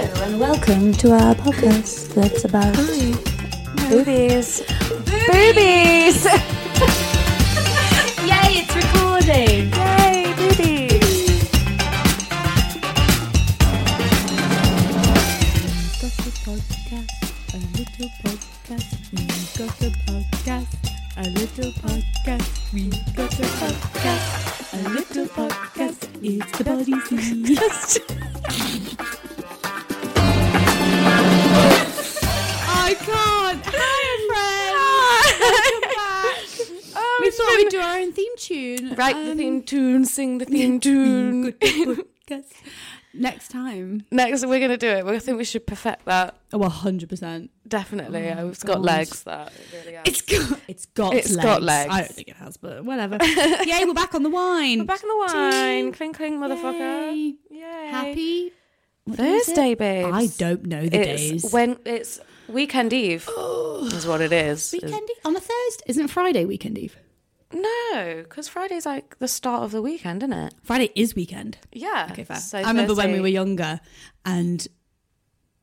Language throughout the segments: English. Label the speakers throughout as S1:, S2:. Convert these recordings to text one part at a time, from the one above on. S1: Welcome to our podcast that's about boobies. Boobies! Yay, it's recording! Yay, boobies!
S2: Got a podcast, a little podcast. We got a podcast, a little podcast. We got a podcast, a little podcast. It's the body scene. I can't. Hi, friends. Welcome back. we thought we'd do our own theme tune.
S3: Write the
S2: Oh, Um,
S3: theme tune, sing the theme tune.
S2: podcast. Next time.
S3: Next, we're gonna do it. I think we should perfect that.
S2: Oh, 100%.
S3: Definitely,
S2: Oh my
S3: it's got
S2: God.
S3: legs. That it really has.
S2: It's got it's got
S3: It's
S2: legs.
S3: got legs.
S2: I don't think it has, but whatever. Yay, we're back on the wine.
S3: We're back on the wine. Cling cling, motherfucker.
S2: Yay.
S3: Yay.
S2: Happy what day is it?
S3: Thursday, babe.
S2: I don't know the
S3: it's
S2: days.
S3: when it's weekend eve. is what it is.
S2: Weekend Eve? on a Thursday. Isn't Friday weekend eve?
S3: No, because Friday's like the start of the weekend, isn't it?
S2: Friday is weekend.
S3: Yeah.
S2: Okay, fair.
S3: So
S2: I remember when we
S3: Thursday-
S2: were younger, and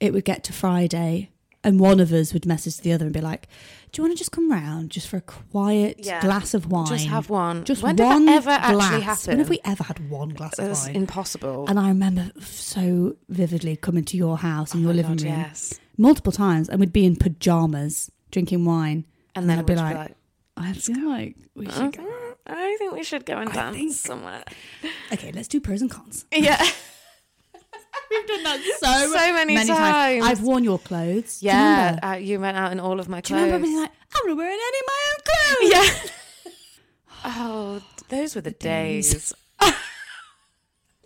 S2: it would get to Friday, and one of us would message the other and be like, "Do you want to just come round just for a quiet
S3: Yeah.
S2: glass of wine?
S3: Just have one.
S2: Just
S3: when
S2: one
S3: did that ever
S2: glass.
S3: actually happen?
S2: When have we ever had one glass of
S3: It's
S2: wine?
S3: impossible.
S2: And I remember so vividly coming to your house in your
S3: Oh my
S2: living
S3: God,
S2: room
S3: Yes.
S2: multiple times, and we'd be in pajamas drinking wine.
S3: And then
S2: I'd be
S3: we'd
S2: like, I feel like we should go.
S3: "Mhm, I think we should go and
S2: I
S3: dance
S2: think-
S3: somewhere.
S2: Okay, let's do pros and cons.
S3: Yeah.
S2: We've done that
S3: so many, times.
S2: I've worn your clothes. Do you
S3: yeah,
S2: remember?
S3: uh, you went out in all of my
S2: Do
S3: clothes.
S2: you remember being like, I'm not wearing any of my own clothes?
S3: yeah. oh, those were the
S2: days.
S3: days.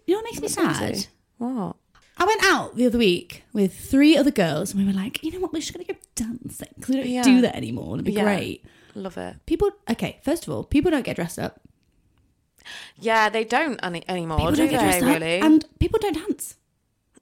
S2: You know what makes me sad?
S3: What?
S2: I went out the other week with three other girls, and we were like, you know what? We're just going to go dancing because we don't
S3: Yeah.
S2: do that anymore. It'd be
S3: Yeah.
S2: great.
S3: Love it.
S2: People, okay, first of all, people don't get dressed up.
S3: Yeah, they don't any- anymore,
S2: People
S3: Oh, do
S2: don't get
S3: they?
S2: dressed
S3: Really?
S2: up, and people don't dance.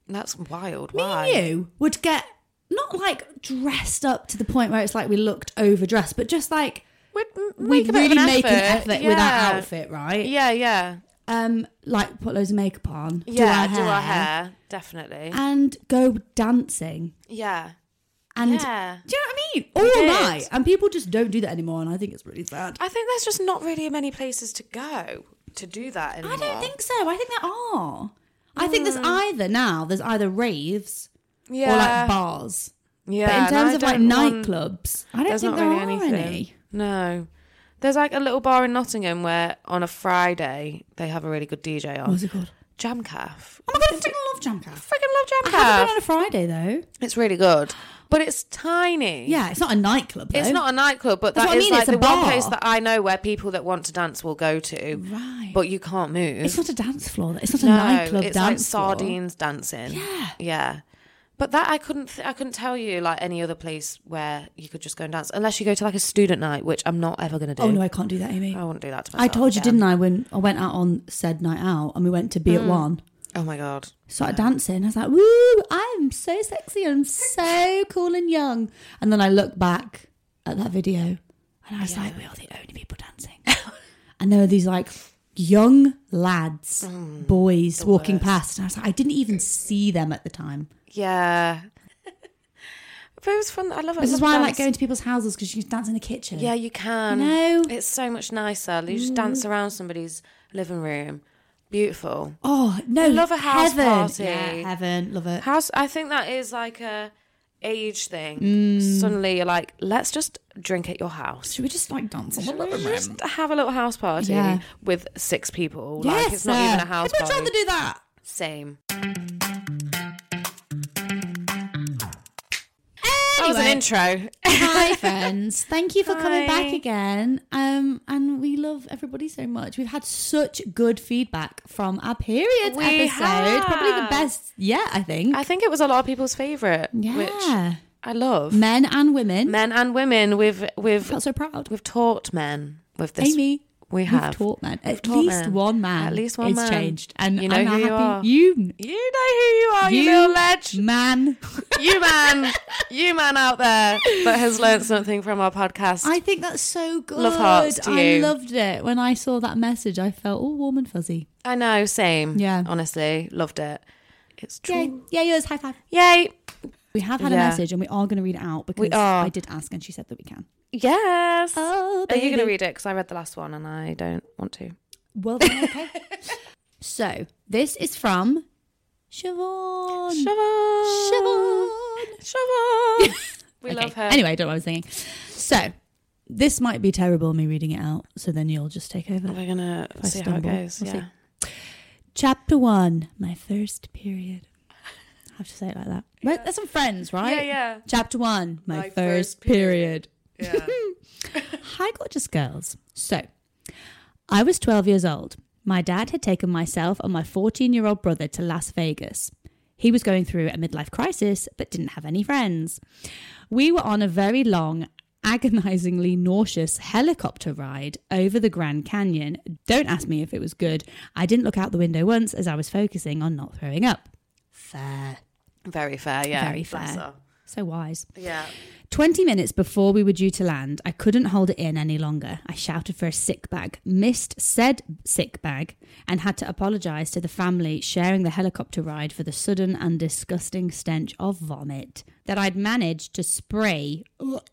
S3: That's wild.
S2: Me
S3: Why?
S2: and you would get not like dressed up to the point where it's like we looked overdressed, but just like
S3: We'd m-
S2: we
S3: make a bit of
S2: really
S3: an
S2: make an effort with our
S3: Yeah.
S2: outfit, right?
S3: Yeah, yeah,
S2: Um, like put loads of makeup on,
S3: yeah.
S2: do, our
S3: Do our
S2: hair,
S3: hair definitely?
S2: and go dancing.
S3: yeah,
S2: And
S3: yeah.
S2: do you know what I mean? All
S3: did.
S2: night, and people just don't do that anymore, and I think it's really sad.
S3: I think there's just not really many places to go to do that anymore.
S2: I don't think so. I think there are. I think there's either now there's either raves
S3: Hmm. Yeah.
S2: or like bars.
S3: yeah.
S2: But in
S3: and I
S2: terms of like
S3: don't want-
S2: nightclubs, I don't
S3: There's
S2: think
S3: not
S2: there
S3: really
S2: are
S3: anything.
S2: any.
S3: No. There's like a little bar in Nottingham where on a Friday they have a really good DJ on.
S2: What's it called?
S3: Jam Caf.
S2: Oh my god, I freaking love jam caf.
S3: Freaking
S2: I
S3: love
S2: haven't
S3: Jam
S2: been
S3: Caf.
S2: on a Friday though.
S3: It's really good. But it's tiny.
S2: Yeah, it's not a nightclub. Though.
S3: It's not a nightclub, but
S2: That's what
S3: that
S2: I
S3: is
S2: mean,
S3: like
S2: it's a
S3: the
S2: bar.
S3: one place that I know where people that want to dance will go to.
S2: Right.
S3: But you can't move.
S2: It's not a dance floor. It's not a
S3: no,
S2: nightclub
S3: it's like
S2: dance floor.
S3: sardines dancing.
S2: Yeah.
S3: Yeah. But that I couldn't th- I couldn't tell you like any other place where you could just go and dance unless you go to like a student night, which I'm not ever going to do.
S2: Oh no, I can't do that, Amy.
S3: I wouldn't do that to
S2: I
S3: myself.
S2: told you,
S3: yeah.
S2: didn't I, when I went out on said night out and we went to Be at One,
S3: Oh my god.
S2: started dancing. I was like, woo, I'm so sexy and so cool and young. And then I looked back at that video and I was like, we are the only people dancing. and there were these like young lads,
S3: Mm.
S2: boys walking past. And I was like, I didn't even see them at the time.
S3: Yeah. but it was fun. I love it.
S2: This
S3: I
S2: is
S3: love
S2: why I like
S3: dance.
S2: going to people's houses because you can dance in the kitchen.
S3: Yeah, um, you can.
S2: No.
S3: It's so much nicer. You
S2: Mm.
S3: just dance around somebody's living room. Beautiful.
S2: Oh, no.
S3: love a house
S2: heaven.
S3: party.
S2: Yeah, heaven. Love it.
S3: House I think that is like a age thing. Suddenly you're like, let's just drink at your house.
S2: Should we just like dance on the
S3: Just have a little house party
S2: Yeah.
S3: with six people. like it's not even a house
S2: I'd much
S3: party.
S2: rather do that.
S3: Same. That was
S2: Anyway,
S3: an intro.
S2: hi friends. Thank you for coming back
S3: Hi.
S2: again. Um, and we love everybody so much. We've had such good feedback from our periods
S3: We
S2: episode. Probably the
S3: have.
S2: best yet, I think.
S3: I think it was a lot of people's favourite. Which
S2: yeah,
S3: I love.
S2: men and women.
S3: Men and women, we've we've
S2: Felt so proud.
S3: we've taught men with this.
S2: Amy.
S3: we
S2: we've
S3: have.
S2: taught men. At
S3: taught
S2: least
S3: men.
S2: one man.
S3: At least one
S2: is
S3: man.
S2: changed, and
S3: You know
S2: I'm
S3: who you
S2: happy.
S3: are.
S2: You,
S3: You know who you are, you, little ledge.
S2: man.
S3: you man, you man out there that has learned something from our podcast.
S2: I think that's so good.
S3: Love hearts to
S2: I
S3: you.
S2: loved it. When I saw that message, I felt all warm and fuzzy.
S3: I know, same.
S2: Yeah.
S3: Honestly, loved it. It's
S2: Yay.
S3: Mm. Oh, true.
S2: Yeah, yours. High five.
S3: Yay.
S2: We have had
S3: Yeah.
S2: a message and we are going to read it out because
S3: are.
S2: I did ask and she said that we can.
S3: Yes.
S2: Oh,
S3: Are you going to
S2: baby.
S3: read it? Because I read the last one and I don't want to.
S2: Well then, okay. so this is from Siobhan.
S3: Siobhan.
S2: Siobhan.
S3: Siobhan. we
S2: Okay.
S3: love her.
S2: Anyway, I don't know what I'm singing. So this might be terrible me reading it out. So then you'll just take over.
S3: We're going to
S2: I
S3: see how it
S2: stumble,
S3: goes.
S2: we'll see.
S3: yeah.
S2: Chapter one. My first period. I have to say it like that. Right? That's some friends, right?
S3: Yeah, yeah.
S2: Chapter one. My,
S3: My
S2: first,
S3: first
S2: period.
S3: Yeah.
S2: Hi, gorgeous girls. So, I was 12 years old. My dad had taken myself and my 14 year old brother to Las Vegas. He was going through a midlife crisis but didn't have any friends. We were on a very long, agonizingly nauseous helicopter ride over the Grand Canyon. Don't ask me if it was good. I didn't look out the window once as I was focusing on not throwing up. Fair.
S3: Very fair. Yeah.
S2: Very
S3: Bless
S2: fair.
S3: her.
S2: So wise.
S3: Yeah.
S2: 20 minutes before we were due to land, I couldn't hold it in any longer. I shouted for a sick bag, missed said sick bag, and had to apologise to the family sharing the helicopter ride for the sudden and disgusting stench of vomit that I'd managed to spray.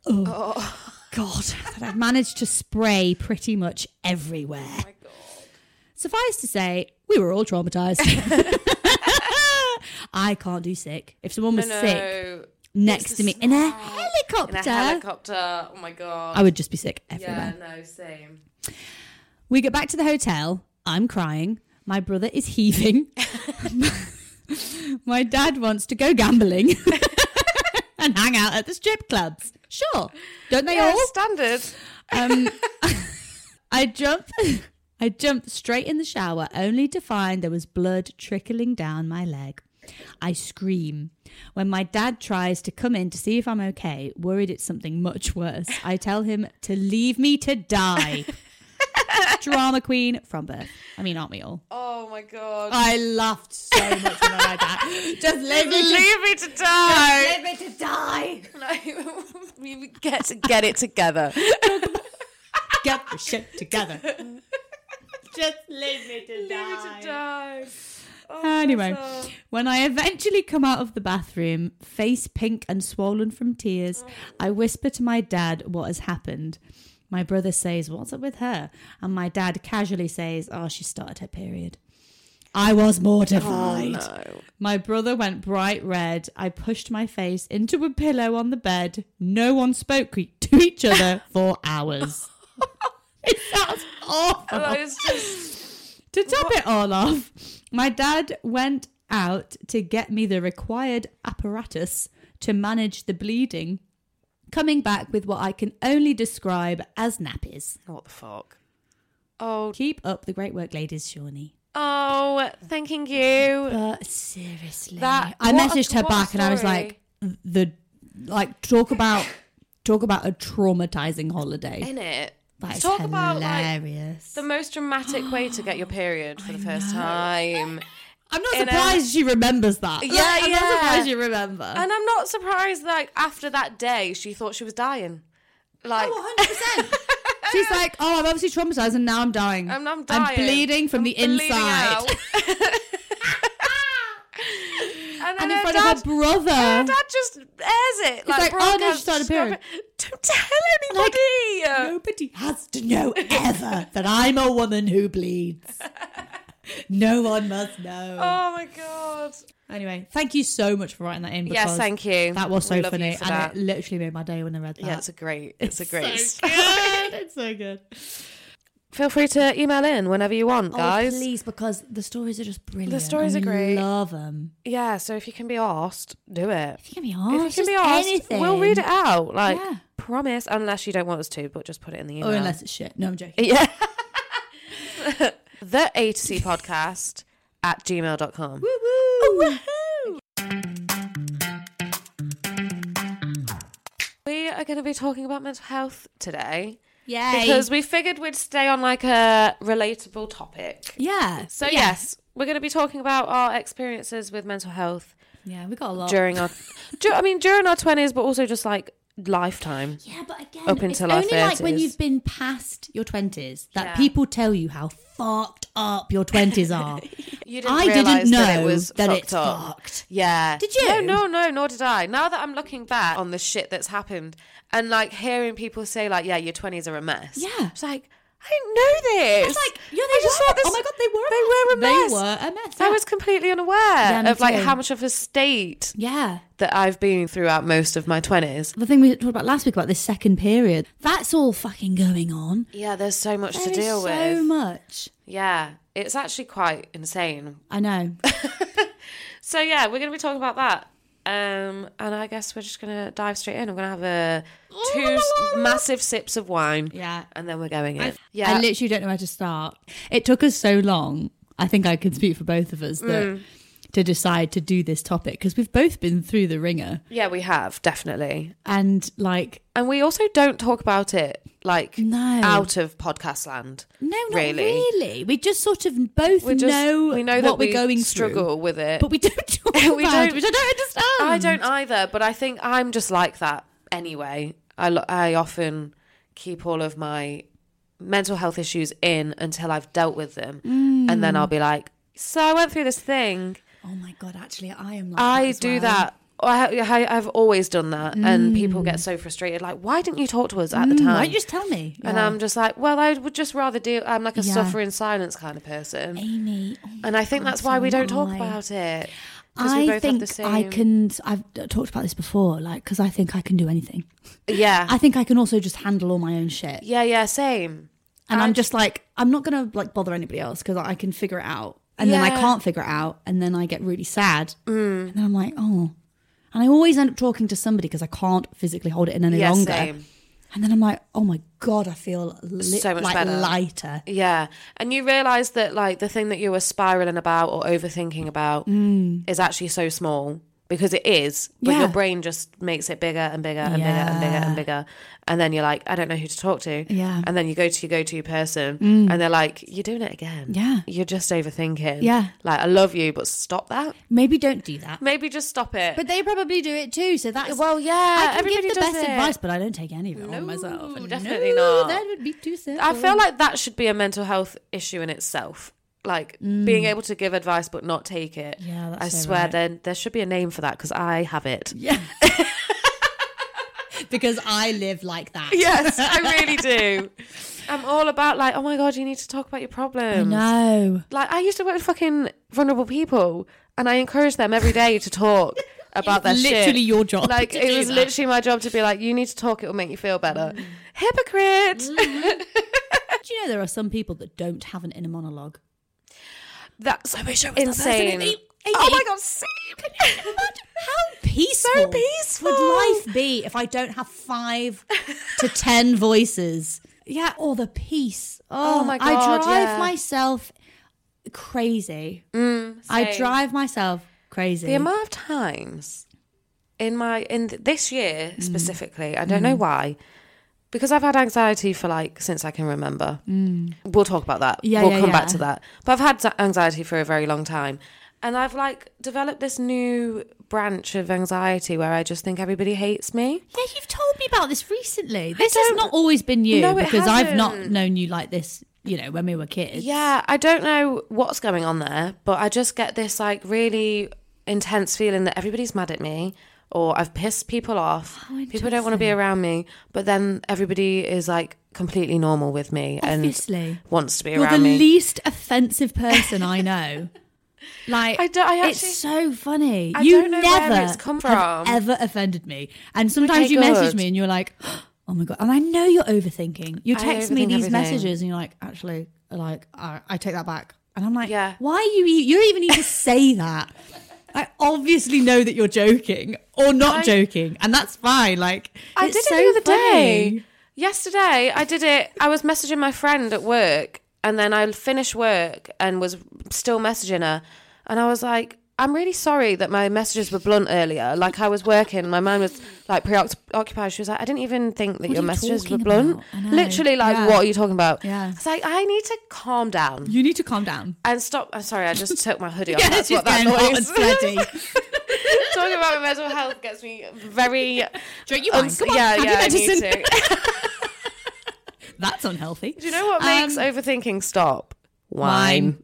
S2: Oh, God. That I'd managed to spray pretty much everywhere. Suffice to say, we were all traumatised. I can't do sick. If someone was sick next
S3: the
S2: to me in a
S3: smell.
S2: helicopter,
S3: In a helicopter. Oh my God.
S2: I would just be sick everywhere.
S3: yeah. No, same.
S2: We get back to the hotel. I'm crying. My brother is heaving. My dad wants to go gambling and hang out at the strip clubs. Sure. Don't they
S3: Yeah.
S2: all?
S3: Standard.
S2: Um, I jump. I jumped straight in the shower, only to find there was blood trickling down my leg. I scream. When my dad tries to come in to see if I'm okay, worried it's something much worse, I tell him to leave me to die. Drama queen from birth. I mean, aren't we all?
S3: Oh my God.
S2: I laughed so much when I read that. Just leave me to,
S3: Leave me to die.
S2: Oh, leave me to die.
S3: Like, we get to get it together.
S2: Get the shit together. Just leave me to die. anyway, when I eventually come out of the bathroom, face pink and swollen from tears, I whisper to my dad what has happened. My brother says, What's up with her? And my dad casually says, Oh, she started her period. I was mortified.
S3: Oh,
S2: My brother went bright red. I pushed my face into a pillow on the bed. No one spoke to each other for hours. it sounds awful.
S3: That is Oh, just
S2: To top it all off, my dad went out to get me the required apparatus to manage the bleeding, coming back with what I can only describe as nappies.
S3: what the fuck. Oh,
S2: Keep up the great work, ladies, Shawnee.
S3: oh, thanking you.
S2: But seriously,
S3: That-
S2: I
S3: Uh, what a-
S2: messaged her
S3: what a
S2: back and I was
S3: story.
S2: like, the like talk about talk about a traumatizing holiday.
S3: In it,
S2: That's
S3: Eh, talk
S2: hilarious.
S3: about like the most dramatic way to get your period for the first time.
S2: I'm not
S3: in a-
S2: surprised she remembers that.
S3: Yeah,
S2: Like, I'm not
S3: yeah.
S2: surprised you remember.
S3: And I'm not surprised. Like after that day, she thought she was dying. Like,
S2: Oh, 100%. She's like, oh, I'm obviously traumatized and now I'm dying.
S3: I'm, I'm dying.
S2: bleeding from
S3: I'm
S2: the
S3: bleeding
S2: inside.
S3: out. and then
S2: And in
S3: her
S2: front
S3: dad,
S2: of her brother.
S3: her dad just airs it. Like,
S2: like, oh, no, she
S3: broadcast-
S2: started appearing.
S3: Don't tell
S2: Like,
S3: anybody.
S2: Nobody has to know ever that I'm a woman who bleeds. No one must know.
S3: oh my god.
S2: Anyway, thank you so much for writing that in.
S3: Oh. Yes,
S2: because
S3: thank you.
S2: That was so
S3: We love
S2: funny,
S3: you for
S2: and
S3: that.
S2: it literally made my day when I read that.
S3: Yeah, it's a great. It's a great.
S2: so good. It's so good,
S3: Feel free to email in whenever you want, guys.
S2: Oh, please, because the stories are just brilliant.
S3: stories
S2: and
S3: are
S2: we
S3: great.
S2: Love them.
S3: yeah, so if you can be asked, do it.
S2: If you can be honest,
S3: if you can be
S2: Oh, just
S3: asked,
S2: anything.
S3: we'll read it out. Like,
S2: Yeah.
S3: promise. Unless you don't want us to, but just put it in the email.
S2: Or Oh, unless it's shit. No, I'm joking.
S3: Yeah. the A to C podcast at gmail.com.
S2: Oh,
S3: We are going to be talking about mental health today
S2: Yay.
S3: because we figured we'd stay on like a relatable topic.
S2: yeah.
S3: So, yes, we're going to be talking about our experiences with mental health
S2: Yeah, we got a lot.
S3: during our, du- I mean, during our 20s, but also just like lifetime.
S2: yeah, but again,
S3: up
S2: it's
S3: until our
S2: only like when
S3: 30s.
S2: you've been past your 20s that
S3: Yeah.
S2: people tell you how fucked up your 20s are.
S3: you didn't.
S2: I didn't
S3: realise
S2: know
S3: that it was fucked
S2: it's
S3: up.
S2: fucked.
S3: Yeah.
S2: Did you?
S3: No, no, no, nor did I. Now that I'm looking back on the shit that's happened and like hearing people say like, yeah, your 20s are a mess.
S2: Yeah.
S3: It's like, I didn't know this.
S2: It's like, yeah, they
S3: I just
S2: were.
S3: thought this-
S2: oh my god, they were.
S3: They were a mess.
S2: They were a mess.
S3: I
S2: yeah.
S3: was completely unaware
S2: me
S3: of like
S2: too.
S3: how much of a state
S2: Yeah.
S3: that I've been throughout most of my 20s.
S2: The thing we talked about last week about this second period, that's all fucking going on.
S3: Yeah, there's so much
S2: There
S3: to
S2: is
S3: deal
S2: so
S3: with.
S2: much.
S3: Yeah, it's actually quite insane.
S2: I know.
S3: So yeah, we're going to be talking about that. Um, and I guess we're just going to dive straight in. I'm going to have a two s- massive sips of wine.
S2: Yeah.
S3: And then we're going in. yeah.
S2: I literally don't know where to start. It took us so long. I think I can speak for both of us that
S3: Mm.
S2: to decide to do this topic because we've both been through the ringer
S3: yeah, we have, definitely.
S2: and like
S3: And we also don't talk about it like
S2: No.
S3: out of podcast land.
S2: no, not really.
S3: Really?
S2: We just sort of both
S3: We just
S2: know
S3: we know
S2: what
S3: that
S2: we're
S3: we
S2: going
S3: struggle
S2: through,
S3: with it.
S2: but we don't talk
S3: We
S2: about
S3: don't-
S2: it, which I don't understand.
S3: I don't either, but I think I'm just like that anyway. I lo- I often keep all of my mental health issues in until I've dealt with them, and then I'll
S2: Hmm.
S3: be like, "So I went through this thing.
S2: Mm. Oh my god! Actually, I am. Like
S3: I
S2: that Oh, as
S3: do
S2: well.
S3: that." I, I, I've always done that, and people get so frustrated. Like, why didn't you talk to us at the
S2: Mm,
S3: time?
S2: Why don't Hmm. you just tell me?
S3: And
S2: Yeah.
S3: I'm just like, well, I would just rather deal. I'm like a
S2: Yeah.
S3: suffer in silence kind of person,
S2: Amy. oh my
S3: and I think
S2: God,
S3: that's why we
S2: so
S3: don't talk
S2: am I.
S3: about it. 'Cause we both
S2: I
S3: have
S2: think
S3: the
S2: I
S3: same-
S2: can. I've talked about this before, like because I think I can do anything.
S3: Yeah,
S2: I think I can also just handle all my own shit,
S3: Ah. yeah, yeah. Same.
S2: and
S3: I-
S2: I'm just like I'm not gonna like bother anybody else because I can figure it out, and then I
S3: Yeah. Mm.
S2: can't figure it out, and then I get really sad, and then I'm like, oh, and I always end up talking to somebody because I can't physically hold it in any
S3: Yeah,
S2: longer,
S3: same.
S2: and then I'm like, oh my god, I feel li-
S3: So much
S2: like
S3: better.
S2: lighter.
S3: Yeah. And you realize that like the thing that you were spiraling about or overthinking about is actually so small because it is, but
S2: Mm. Yeah.
S3: your brain just makes it bigger and bigger and bigger and bigger
S2: Yeah.
S3: and bigger. And then you're like, I don't know who to talk to.
S2: Yeah. Mm.
S3: And then you go to your go to person and they're like, You're doing it again.
S2: Yeah.
S3: You're just overthinking.
S2: Yeah.
S3: Like, I love you, but stop that.
S2: Maybe don't do that,
S3: Maybe just stop it.
S2: but they probably do it too. So that's
S3: well, yeah,
S2: I can
S3: everybody
S2: give the
S3: does
S2: best
S3: it.
S2: advice, but I don't take any of it
S3: No,
S2: on myself.
S3: definitely
S2: no,
S3: not.
S2: That would be too simple.
S3: I feel like that should be a mental health issue in itself. Like being able to give advice but not take it.
S2: Mm. Yeah, that's
S3: I
S2: so
S3: swear
S2: right.
S3: there there should be a name for that because I have it.
S2: yeah, because I live like that.
S3: Yes, I really do. I'm all about like, oh my god, you need to talk about your
S2: I
S3: problems.
S2: know.
S3: Like I used to work with fucking vulnerable people, and I encouraged them every day to talk about their shit.
S2: Literally your job.
S3: Like
S2: to
S3: it
S2: do
S3: was
S2: that. Mm.
S3: literally my job to be like, you need to talk. It will make you feel better. Hypocrite.
S2: Do you know there are some people that don't have an inner monologue?
S3: That's
S2: I wish I was
S3: insane. oh my god, same.
S2: How peaceful,
S3: So peaceful.
S2: would life be if I don't have five to ten voices? Yeah, or the peace. Oh,
S3: Oh my
S2: I
S3: God,
S2: drive
S3: yeah. Mm,
S2: myself crazy. I
S3: same.
S2: drive myself crazy.
S3: The amount of times in my in th- this year
S2: Mm.
S3: specifically, I don't know why, because I've had anxiety for like since I can remember. Mm. We'll talk about that.
S2: Yeah,
S3: we'll
S2: yeah,
S3: come back
S2: yeah.
S3: to that. But I've had za- anxiety for a very long time, and I've like developed this new branch of anxiety where I just think everybody hates me.
S2: yeah, you've told me about this recently. This has
S3: don't-
S2: not always been you
S3: No, it
S2: because I've not
S3: hasn't.
S2: known you like this. You know, when we were kids.
S3: Yeah, I don't know what's going on there, but I just get this like really intense feeling that everybody's mad at me or I've pissed people off.
S2: Oh,
S3: people don't want to be around me, but then everybody is like completely normal with me
S2: Obviously.
S3: and wants to be
S2: You're the
S3: around me.
S2: least offensive person I know. Like
S3: I don't- I actually-
S2: it's so funny.
S3: I
S2: you
S3: don't know where
S2: never
S3: it's come
S2: have
S3: from.
S2: ever offended me, and sometimes
S3: Okay,
S2: you message
S3: good.
S2: me and you're like, "Oh my god!" And I know you're overthinking. You
S3: I
S2: text me
S3: overthink
S2: these
S3: everything.
S2: messages, and you're like, "Actually, like I, I take that back," and I'm like,
S3: Yeah.
S2: why are you? e- You even need to say that." I obviously know that you're joking or not
S3: I-
S2: joking, and that's fine. Like
S3: I
S2: it's
S3: did
S2: so
S3: it the other
S2: funny.
S3: day. Yesterday, I did it. I was messaging my friend at work, and then I finished work and was still messaging her. And I was like, I'm really sorry that my messages were blunt earlier. Like, I was working, and my mind was like preoccupied. She was like, I didn't even think that
S2: What are
S3: your
S2: you
S3: messages were
S2: talking
S3: blunt.
S2: about? I know.
S3: Literally, like,
S2: Yeah.
S3: what are you talking about?
S2: Yeah.
S3: It's like, I need to calm down
S2: You need to calm down.
S3: and stop. I'm sorry, I just took my hoodie off.
S2: Yeah,
S3: That's
S2: she's
S3: what that
S2: getting hot
S3: noise.
S2: and sweaty.
S3: Talking about my mental health gets me very.
S2: Drink your wine.
S3: uns-
S2: Come on,
S3: yeah,
S2: have
S3: yeah, I
S2: your medicine.
S3: need to.
S2: That's unhealthy.
S3: Do you know what makes overthinking stop?
S2: Wine.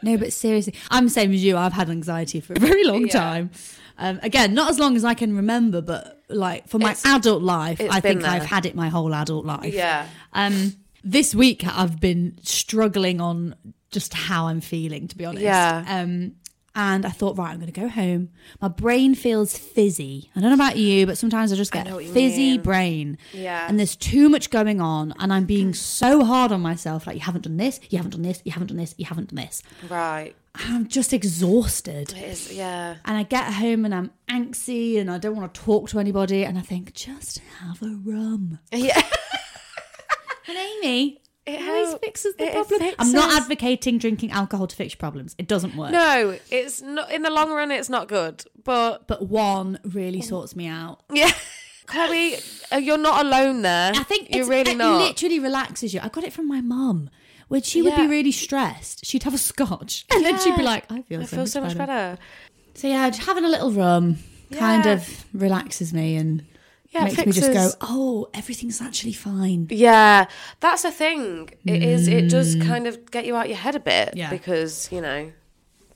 S2: No, but seriously, I'm the same as you. I've had anxiety for a very long
S3: Yeah.
S2: time. Um, again, not as long as I can remember, but like for my
S3: It's-
S2: adult life,
S3: it's
S2: I
S3: been
S2: think I've
S3: there.
S2: had it my whole adult life.
S3: Yeah.
S2: Um, this week I've been struggling on just how I'm feeling, to be honest.
S3: Yeah.
S2: Um, and I thought, right, I'm going to go home. My brain feels fizzy. I don't know about you, but sometimes I just get
S3: know
S2: a
S3: what you
S2: fizzy
S3: mean.
S2: brain.
S3: Yeah.
S2: And there's too much going on, and I'm being so hard on myself. Like, you haven't done this, you haven't done this, you haven't done this, you haven't done this.
S3: Right.
S2: And I'm just exhausted.
S3: It is, yeah.
S2: And I get home and I'm anxious and I don't want to talk to anybody. And I think, just have a rum.
S3: Yeah.
S2: And Amy,
S3: It
S2: always
S3: help-
S2: fixes the
S3: it
S2: problem. I'm not
S3: fixes-
S2: advocating drinking alcohol to fix your problems. It doesn't work.
S3: No, it's not. In the long run, it's not good. But
S2: But one really sorts me out.
S3: yeah, Chloe, uh, you're not alone there.
S2: I think
S3: you're
S2: it's-
S3: really
S2: it
S3: not.
S2: literally relaxes you. I got it from my mum. When she would be
S3: Yeah.
S2: really stressed, she'd have a scotch and then she'd be like, I feel,
S3: I
S2: so,
S3: feel
S2: much
S3: so much
S2: better.
S3: better.
S2: So yeah, just having a little rum kind
S3: Yeah.
S2: of relaxes me and
S3: Yeah,
S2: makes
S3: it
S2: me just go,
S3: fixes-
S2: oh, everything's actually fine.
S3: Yeah, that's the thing. It is. It does kind of get you out your head a bit
S2: Mm. Yeah.
S3: because you know,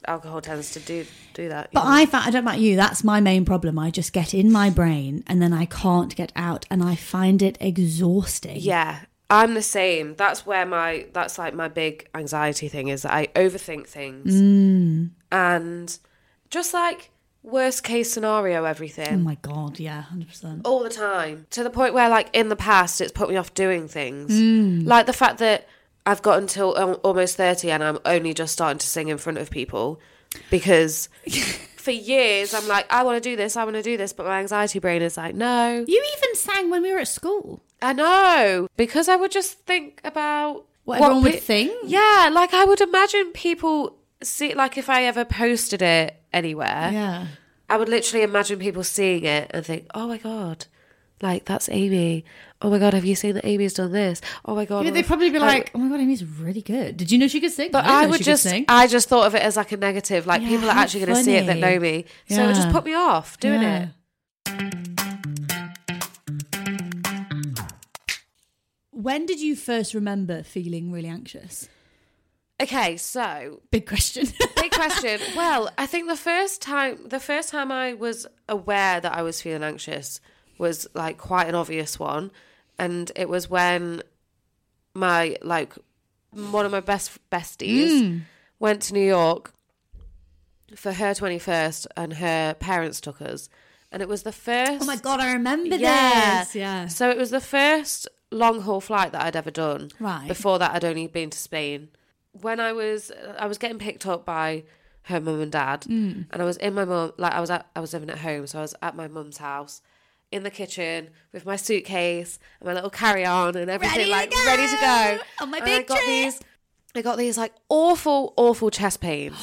S3: alcohol tends to do do that. you
S2: But
S3: know.
S2: I found, I don't know about you, that's my main problem. I just get in my brain and then I can't get out and I find it exhausting.
S3: Yeah, I'm the same. That's where my that's like my big anxiety thing is that I overthink things and just like worst case scenario
S2: Oh
S3: everything
S2: my god, yeah, hundred percent.
S3: all the time to the point where like in the past it's put me off doing things like the fact that I've got until al- almost 30 and I'm only just starting to sing in front of people because for years I'm like I want to do this I want to do this but my anxiety brain is like no
S2: You even sang when we were at school.
S3: I know because I would just think about
S2: What everyone would
S3: pe-
S2: think?
S3: Yeah, like I would imagine people see. Like if I ever posted it anywhere,
S2: Yeah,
S3: I would literally imagine people seeing it and think, "Oh my god." Like that's Amy. Oh my god, have you seen that Amy's done this? Oh my god.
S2: they'd probably be like, "Oh my god, Amy's really good." Did you know she could sing?
S3: but
S2: didn't
S3: I
S2: know
S3: would
S2: she could
S3: just
S2: sing.
S3: I just thought of it as like a negative. Like
S2: Yeah,
S3: people are
S2: how
S3: actually gonna see it that
S2: funny.
S3: know me. So it would just
S2: Yeah.
S3: put me off doing
S2: Yeah.
S3: it.
S2: When did you first remember feeling really anxious?
S3: Okay, so
S2: Big question.
S3: Big question. Well, I think the first time the first time I was aware that I was feeling anxious was like quite an obvious one, and it was when my like one of my best besties
S2: Hmm.
S3: went to New York for her twenty first, and her parents took us, and it was the first.
S2: oh my god, I remember this. Yeah.
S3: So it was the first long haul flight that I'd ever done.
S2: Right.
S3: Before that, I'd only been to Spain. When I was, I was getting picked up by her mum and dad,
S2: Mm.
S3: and I was in my mum, like I was, at, I was living at home, so I was at my mum's house, in the kitchen with my suitcase and my little carry on and
S2: Ready
S3: everything,
S2: to
S3: like
S2: go!
S3: ready to go.
S2: On my
S3: and I
S2: big
S3: got
S2: trip!
S3: these, I got these like awful, awful chest pains.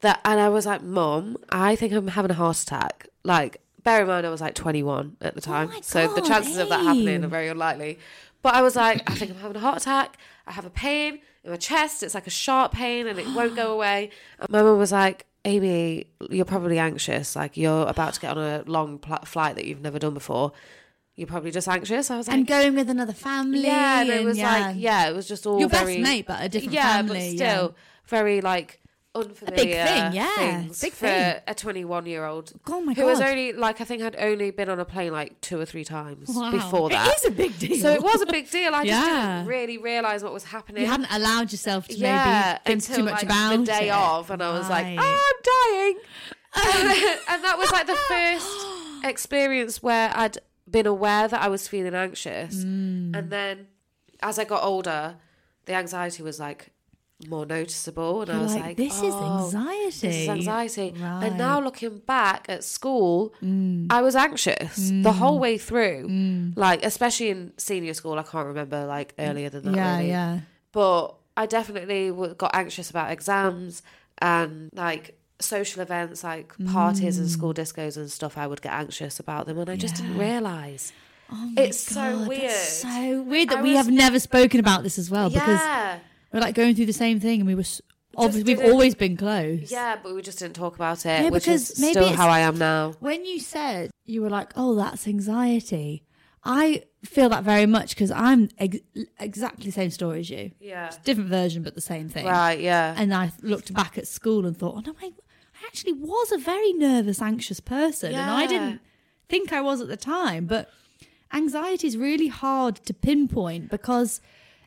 S3: that and I was like, Mum, I think I'm having a heart attack. Like, bear in mind I was like twenty one at the time.
S2: Oh my
S3: so the
S2: God,
S3: chances of that happening
S2: Abe.
S3: are very unlikely. But I was like, I think I'm having a heart attack. I have a pain in my chest. It's like a sharp pain and it won't go away. And my mum was like, Amy, you're probably anxious. Like you're about to get on a long pl- flight that you've never done before. You're probably just anxious. I was like,
S2: and going with another family.
S3: yeah, and it
S2: and
S3: was like, yeah, it was just all
S2: Your best
S3: very,
S2: mate, but a different
S3: yeah,
S2: family,
S3: but still very like unfamiliar.
S2: thing, yeah,
S3: things
S2: big
S3: for
S2: thing.
S3: a twenty-one-year-old
S2: Oh my
S3: who was
S2: God.
S3: only like I think I'd only been on a plane like two or three times
S2: Wow.
S3: before that.
S2: It is a big deal.
S3: so it was a big deal. I just
S2: Yeah.
S3: didn't really realize what was happening.
S2: You hadn't allowed yourself to
S3: yeah,
S2: maybe think
S3: until
S2: too much
S3: like,
S2: about
S3: the day
S2: it.
S3: of, and I was
S2: Right.
S3: like, oh, I'm dying, and, and that was like the first experience where I'd been aware that I was feeling anxious,
S2: Mm.
S3: and then as I got older, the anxiety was like more noticeable, and I
S2: You're
S3: was
S2: like,
S3: like,
S2: this is
S3: "Oh,
S2: anxiety.
S3: This is anxiety.
S2: Right. Mm.
S3: And now looking back at school, I was anxious the whole way through. Like, especially in senior school, I can't remember like earlier than that.
S2: Mm. Yeah,
S3: really
S2: yeah.
S3: but I definitely w- got anxious about exams and like social events, like parties and school
S2: Mm.
S3: discos and stuff. I would get anxious about them, and I just didn't realize.
S2: Oh my
S3: It's so
S2: God,
S3: weird.
S2: that's so weird that
S3: I
S2: we
S3: was-
S2: have never spoken about this as well because
S3: yeah,
S2: we're like going through the same thing and we were s obviously we've
S3: didn't-
S2: always been close.
S3: yeah, but we just didn't talk about it,
S2: Yeah,
S3: which
S2: because
S3: is
S2: maybe
S3: still
S2: it's-
S3: how I am now.
S2: When you said you were like, "Oh, that's anxiety," I feel that very much because I'm ex- exactly the same story as you.
S3: Yeah.
S2: It's a different version, but the same thing.
S3: Right, yeah.
S2: And I looked back at school and thought, oh no, I, I actually was a very nervous, anxious person. And I
S3: Yeah.
S2: didn't think I was at the time. But anxiety is really hard to pinpoint because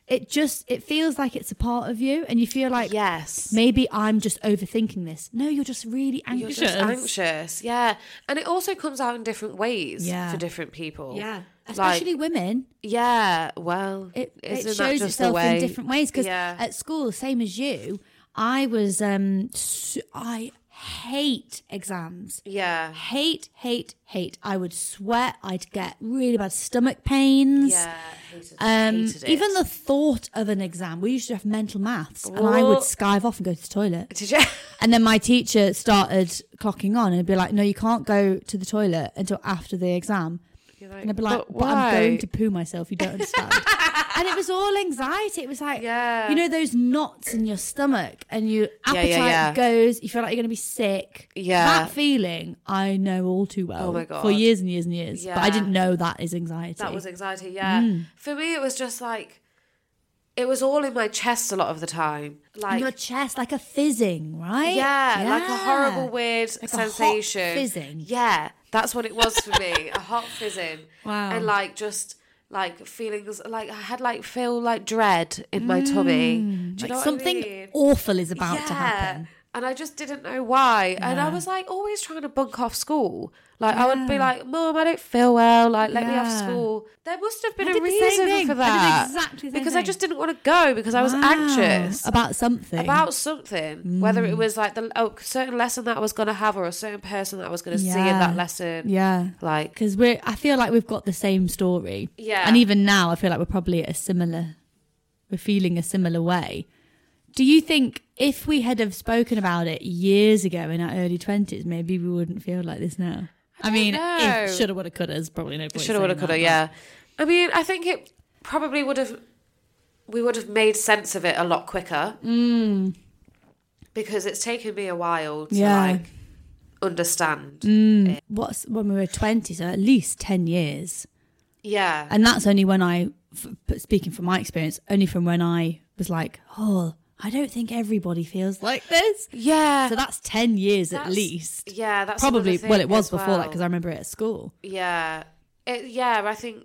S2: it just, it feels like it's a part of you. And you feel like
S3: yes.
S2: maybe I'm just overthinking this. No, you're just really
S3: You're
S2: anxious.
S3: just anxious. Yeah. And it also comes out in different ways
S2: Yeah.
S3: for different people.
S2: Especially
S3: Like,
S2: women.
S3: yeah. Well,
S2: it, it
S3: isn't that
S2: shows
S3: just the
S2: itself
S3: way-
S2: in different ways because
S3: Yeah.
S2: at school same as you i was um s I hate exams
S3: yeah.
S2: hate hate hate i would sweat i'd get really bad stomach pains
S3: Yeah. Hated,
S2: Um,
S3: hated it.
S2: even the thought of an exam, we used to have mental maths, and I would
S3: What?
S2: skive off and go to the toilet.
S3: Did you?
S2: And then my teacher started clocking on and be like, "No, you can't go to the toilet until after the exam."
S3: You're like,
S2: And I'd be like,
S3: "But
S2: but I'm going
S3: why?"
S2: to poo myself. You don't understand. and it was all anxiety. It was like,
S3: Yeah.
S2: you know, those knots in your stomach and your
S3: yeah,
S2: appetite
S3: yeah.
S2: goes, you feel like you're going to be sick.
S3: Yeah.
S2: That feeling, I know all too well.
S3: Oh my
S2: For
S3: God.
S2: years and years and years. But I
S3: Yeah.
S2: didn't know that is anxiety.
S3: That was anxiety, yeah.
S2: Mm.
S3: For me, it was just like, it was all in my chest a lot of the time.
S2: in
S3: Like,
S2: your chest, like a fizzing, right?
S3: yeah, like a
S2: Yeah.
S3: horrible, weird
S2: Like a hot
S3: sensation.
S2: fizzing.
S3: Yeah, that's what it was for me a hot fizzing.
S2: Wow.
S3: And like, just like feelings, like I had like, feel like dread in my tummy. Do you
S2: Mm. Like
S3: know what I
S2: something
S3: mean?
S2: awful is about to happen.
S3: And I just didn't know why. And I was like always trying to bunk off school. Like I would be like, Mom, I don't feel well. Like let me off
S2: Yeah.
S3: school. There must have been
S2: I
S3: a
S2: did the same
S3: reason
S2: thing. I
S3: for
S2: did
S3: that.
S2: exactly the same
S3: because I
S2: thing.
S3: just didn't want to go because I was
S2: Wow.
S3: anxious.
S2: Ah, About something.
S3: About something, whether
S2: Mm.
S3: it was like the oh, certain lesson that I was going to have, or a certain person that I was going to see in
S2: Yeah.
S3: that lesson,
S2: Yeah.
S3: like
S2: because we're i feel like we've got the same story
S3: Yeah.
S2: and even now i feel like we're probably at a similar we're feeling a similar way do you think if we had have spoken about it years ago in our early 20s maybe we wouldn't feel like this now i, mean
S3: know.
S2: if shoulda woulda coulda is probably no point
S3: shoulda, woulda,
S2: saying
S3: coulda.
S2: that,
S3: Yeah, I mean, I think it probably would have. We would have made sense of it a lot quicker because it's taken me a while to
S2: Hmm. Yeah. Hmm.
S3: like understand.
S2: but what's when we were 20 so at least 10 years
S3: Yeah,
S2: and that's only when i f- but speaking from my experience only from when i was like oh i don't think everybody feels like this
S3: yeah,
S2: so that's 10 years at
S3: That's-
S2: least
S3: yeah. That's
S2: probably
S3: another
S2: well it
S3: thing
S2: was
S3: as
S2: before that 'cause that
S3: well.
S2: because i remember it at school
S3: yeah, it, yeah. I think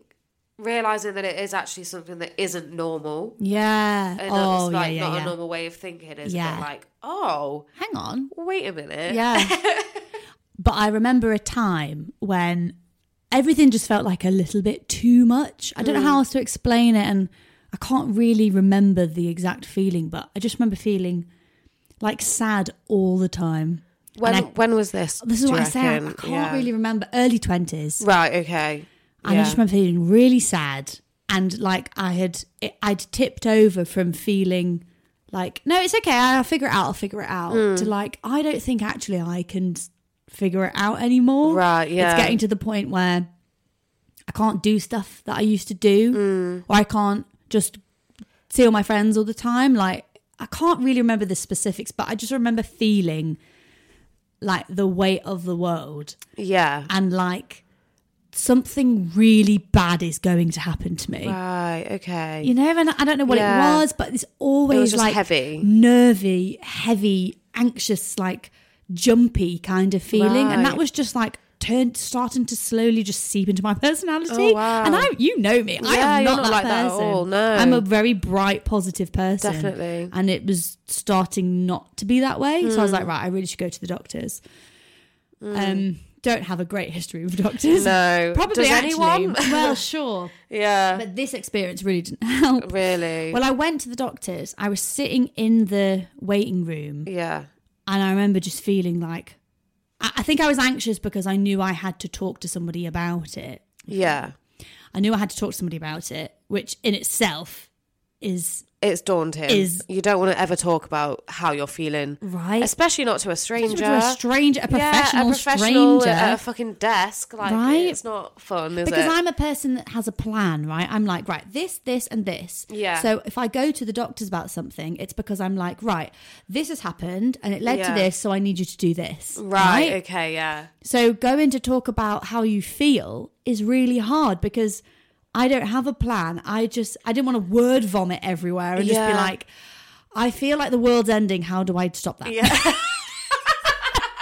S3: realizing that it is actually something that isn't normal.
S2: yeah
S3: And
S2: oh
S3: it's
S2: yeah
S3: like
S2: yeah,
S3: not
S2: yeah.
S3: a normal way of thinking is
S2: Yeah.
S3: yeah. like, oh,
S2: hang on
S3: wait a minute.
S2: yeah but i remember a time when everything just felt like a little bit too much i don't
S3: Mm.
S2: know how else to explain it and i can't really remember the exact feeling but i just remember feeling like sad all the time
S3: When
S2: And I-
S3: when was this?
S2: this is
S3: do
S2: what
S3: you
S2: i say i, I
S3: reckon?
S2: can't
S3: Yeah.
S2: really remember early 20s
S3: Right, okay.
S2: and I
S3: Yeah.
S2: just remember feeling really sad and like I had I'd tipped over from feeling like no it's okay I'll figure it out I'll figure it out
S3: Hmm.
S2: to like I don't think actually I can s- figure it out anymore
S3: Right, yeah.
S2: it's getting to the point where I can't do stuff that I used to do
S3: Hmm.
S2: or I can't just see all my friends all the time like I can't really remember the specifics but I just remember feeling like the weight of the world
S3: yeah.
S2: and like something really bad is going to happen to me.
S3: Right, okay.
S2: You know, and I don't know what
S3: Yeah.
S2: it was, but it's always
S3: just
S2: like
S3: heavy.
S2: nervy, heavy, anxious, like jumpy kind of feeling, and that
S3: Right.
S2: was just like turned starting to slowly just seep into my personality.
S3: Oh, wow.
S2: And I, you know me, I
S3: Yeah,
S2: am
S3: you're
S2: not,
S3: not
S2: that
S3: like that
S2: person.
S3: at all, no.
S2: I'm a very bright, positive person,
S3: Definitely.
S2: and it was starting not to be that way. So I
S3: Hmm.
S2: was like, right, I really should go to the doctors. Um, don't have a great history with doctors.
S3: No.
S2: Probably
S3: Does
S2: actually.
S3: anyone?
S2: well, sure,
S3: yeah.
S2: but this experience really didn't help.
S3: really.
S2: Well, I went to the doctors. I was sitting in the waiting room,
S3: yeah.
S2: and I remember just feeling like I, I think I was anxious because I knew I had to talk to somebody about it.
S3: Yeah.
S2: I knew I had to talk to somebody about it, which in itself is
S3: It's daunting.
S2: Is-
S3: you don't want to ever talk about how you're feeling.
S2: right.
S3: Especially not to a stranger.
S2: To a stranger, a professional,
S3: yeah, a professional
S2: stranger.
S3: at a fucking desk. Like
S2: Right?
S3: it's not fun, is
S2: because
S3: it?
S2: I'm a person that has a plan, right? I'm like, right, this, this, and this.
S3: Yeah.
S2: So if I go to the doctors about something, it's because I'm like, right, this has happened and it led to
S3: Yeah.
S2: this, so I need you to do this.
S3: right, okay, yeah.
S2: So going to talk about how you feel is really hard because I don't have a plan. I just I didn't want to word vomit everywhere and just be
S3: Yeah.
S2: like, I feel like the world's ending. How do I stop that?
S3: Yeah.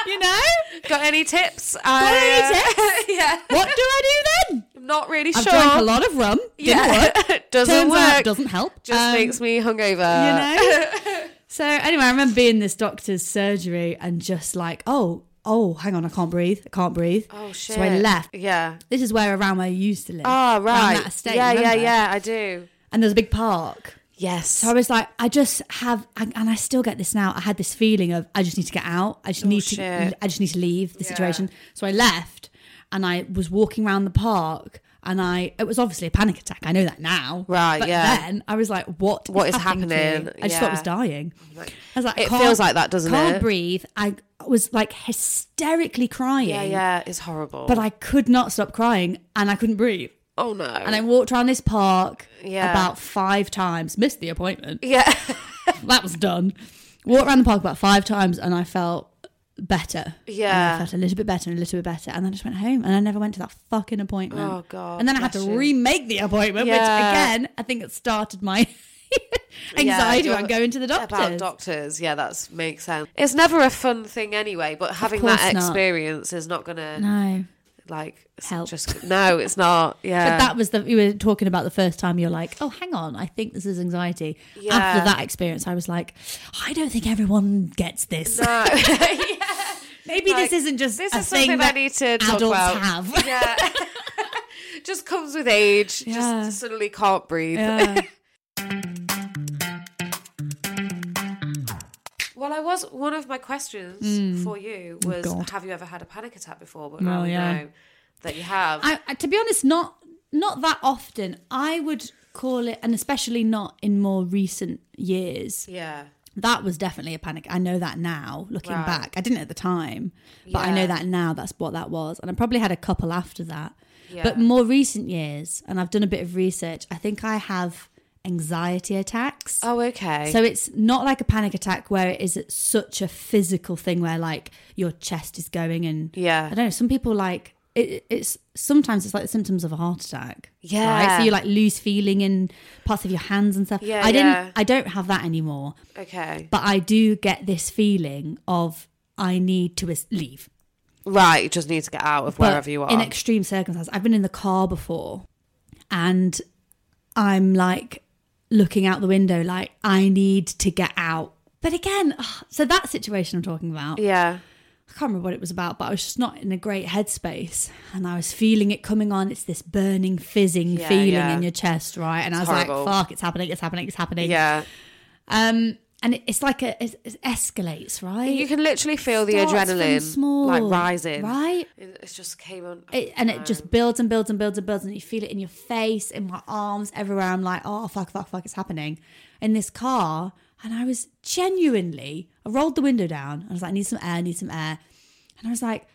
S2: You know?
S3: Got any tips?
S2: Got any
S3: uh,
S2: tips?
S3: yeah.
S2: What do I do then?
S3: I'm not really
S2: I've
S3: sure.
S2: drank a lot of rum. Didn't
S3: yeah.
S2: work.
S3: doesn't
S2: Turns
S3: work.
S2: out it doesn't help.
S3: Just
S2: Um,
S3: makes me hungover.
S2: you know. so anyway, I remember being in this doctor's surgery and just like, oh, oh, hang on, I can't breathe, I can't breathe.
S3: Oh shit.
S2: So I left.
S3: Yeah.
S2: This is where around where I used to live.
S3: Oh
S2: around
S3: right.
S2: that estate,
S3: yeah, yeah,
S2: remember?
S3: yeah. I do.
S2: And there's a big park.
S3: Yes.
S2: So I was like, I just have, and and I still get this now. I had this feeling of I just need to get out. I just need
S3: Oh, shit.
S2: to, I just need to leave the situation. So I left, and I was walking around the park, and I it was obviously a panic attack. I know that now,
S3: Right,
S2: But
S3: yeah.
S2: Then I was like, what?
S3: What is
S2: happening? to
S3: happening?
S2: me? I just thought I was
S3: Yeah.
S2: dying. I was like, I
S3: It
S2: can't-
S3: feels like that, doesn't
S2: Can't
S3: it?
S2: breathe. I was like hysterically crying.
S3: yeah, yeah. It's horrible.
S2: But I could not stop crying, and I couldn't breathe.
S3: oh no.
S2: And I walked around this park
S3: Yeah.
S2: about five times. Missed the appointment
S3: yeah.
S2: that was done. Walked around the park about five times and I felt better. And I
S3: Yeah.
S2: felt a little bit better and a little bit better. And then I just went home and I never went to that fucking appointment.
S3: Oh, God,
S2: And then I had to
S3: bless you.
S2: remake the appointment,
S3: Yeah.
S2: which again, I think it started my anxiety
S3: you're-
S2: about going to the doctor.
S3: About doctors, yeah, that's makes sense. It's never a fun thing anyway, but having
S2: course
S3: that
S2: not.
S3: experience is not gonna
S2: No.
S3: like s-
S2: Help.
S3: Just no, it's not. Yeah,
S2: But that was the, you were talking about the first time you're like, oh, hang on, I think this is anxiety.
S3: Yeah.
S2: After that experience, I was like, I don't think everyone gets this.
S3: No.
S2: Maybe
S3: Like,
S2: this isn't just
S3: this
S2: a
S3: is
S2: thing
S3: something I
S2: that
S3: need to talk
S2: adults
S3: about.
S2: have.
S3: yeah. just comes with age.
S2: Yeah.
S3: Just suddenly can't breathe.
S2: Yeah.
S3: Well, I was one of my questions for you was
S2: Hmm. Oh, God.
S3: have you ever had a panic attack before? But
S2: Well,
S3: now we
S2: yeah.
S3: know that you have.
S2: I, I- to be honest, not not that often. I would call it, and especially not in more recent years.
S3: yeah.
S2: That was definitely a panic. I know that now, looking
S3: Right.
S2: back. I didn't at the time, but I know
S3: Yeah.
S2: that now. That's what that was, and I probably had a couple after that.
S3: Yeah.
S2: But more recent years, and I've done a bit of research. I think I have anxiety attacks.
S3: Oh, okay.
S2: So it's not like a panic attack where it is such a physical thing where like your chest is going and
S3: Yeah.
S2: I don't know. Some people like it, it's sometimes it's like the symptoms of a heart attack.
S3: Yeah.
S2: right? so you like lose feeling in parts of your hands and stuff.
S3: Yeah,
S2: I
S3: yeah.
S2: didn't. I don't have that anymore,
S3: okay.
S2: but I do get this feeling of I need to es- leave
S3: Right, you just need to get out of
S2: but
S3: wherever you are.
S2: in extreme circumstances. I've been in the car before, and I'm like looking out the window, like I need to get out. But again, ugh, so that situation I'm talking about,
S3: yeah.
S2: I can't remember what it was about, but I was just not in a great headspace, and I was feeling it coming on. It's this burning, fizzing
S3: Yeah,
S2: feeling
S3: yeah.
S2: in your chest, right? And I was
S3: horrible.
S2: like, "Fuck, it's happening! It's happening! It's happening!"
S3: Yeah.
S2: Um, and it, it's like a, it, it escalates, right?
S3: You can literally feel the
S2: Starts from
S3: adrenaline
S2: small,
S3: like rising.
S2: right?
S3: It it just came on.
S2: it, and it
S3: Um,
S2: just builds and builds and builds and builds, and you feel it in your face, in my arms, everywhere. I'm like, oh fuck, fuck, fuck, it's happening in this car, and I was genuinely, I rolled the window down, and I was like, I need some air, I need some air, and I was like,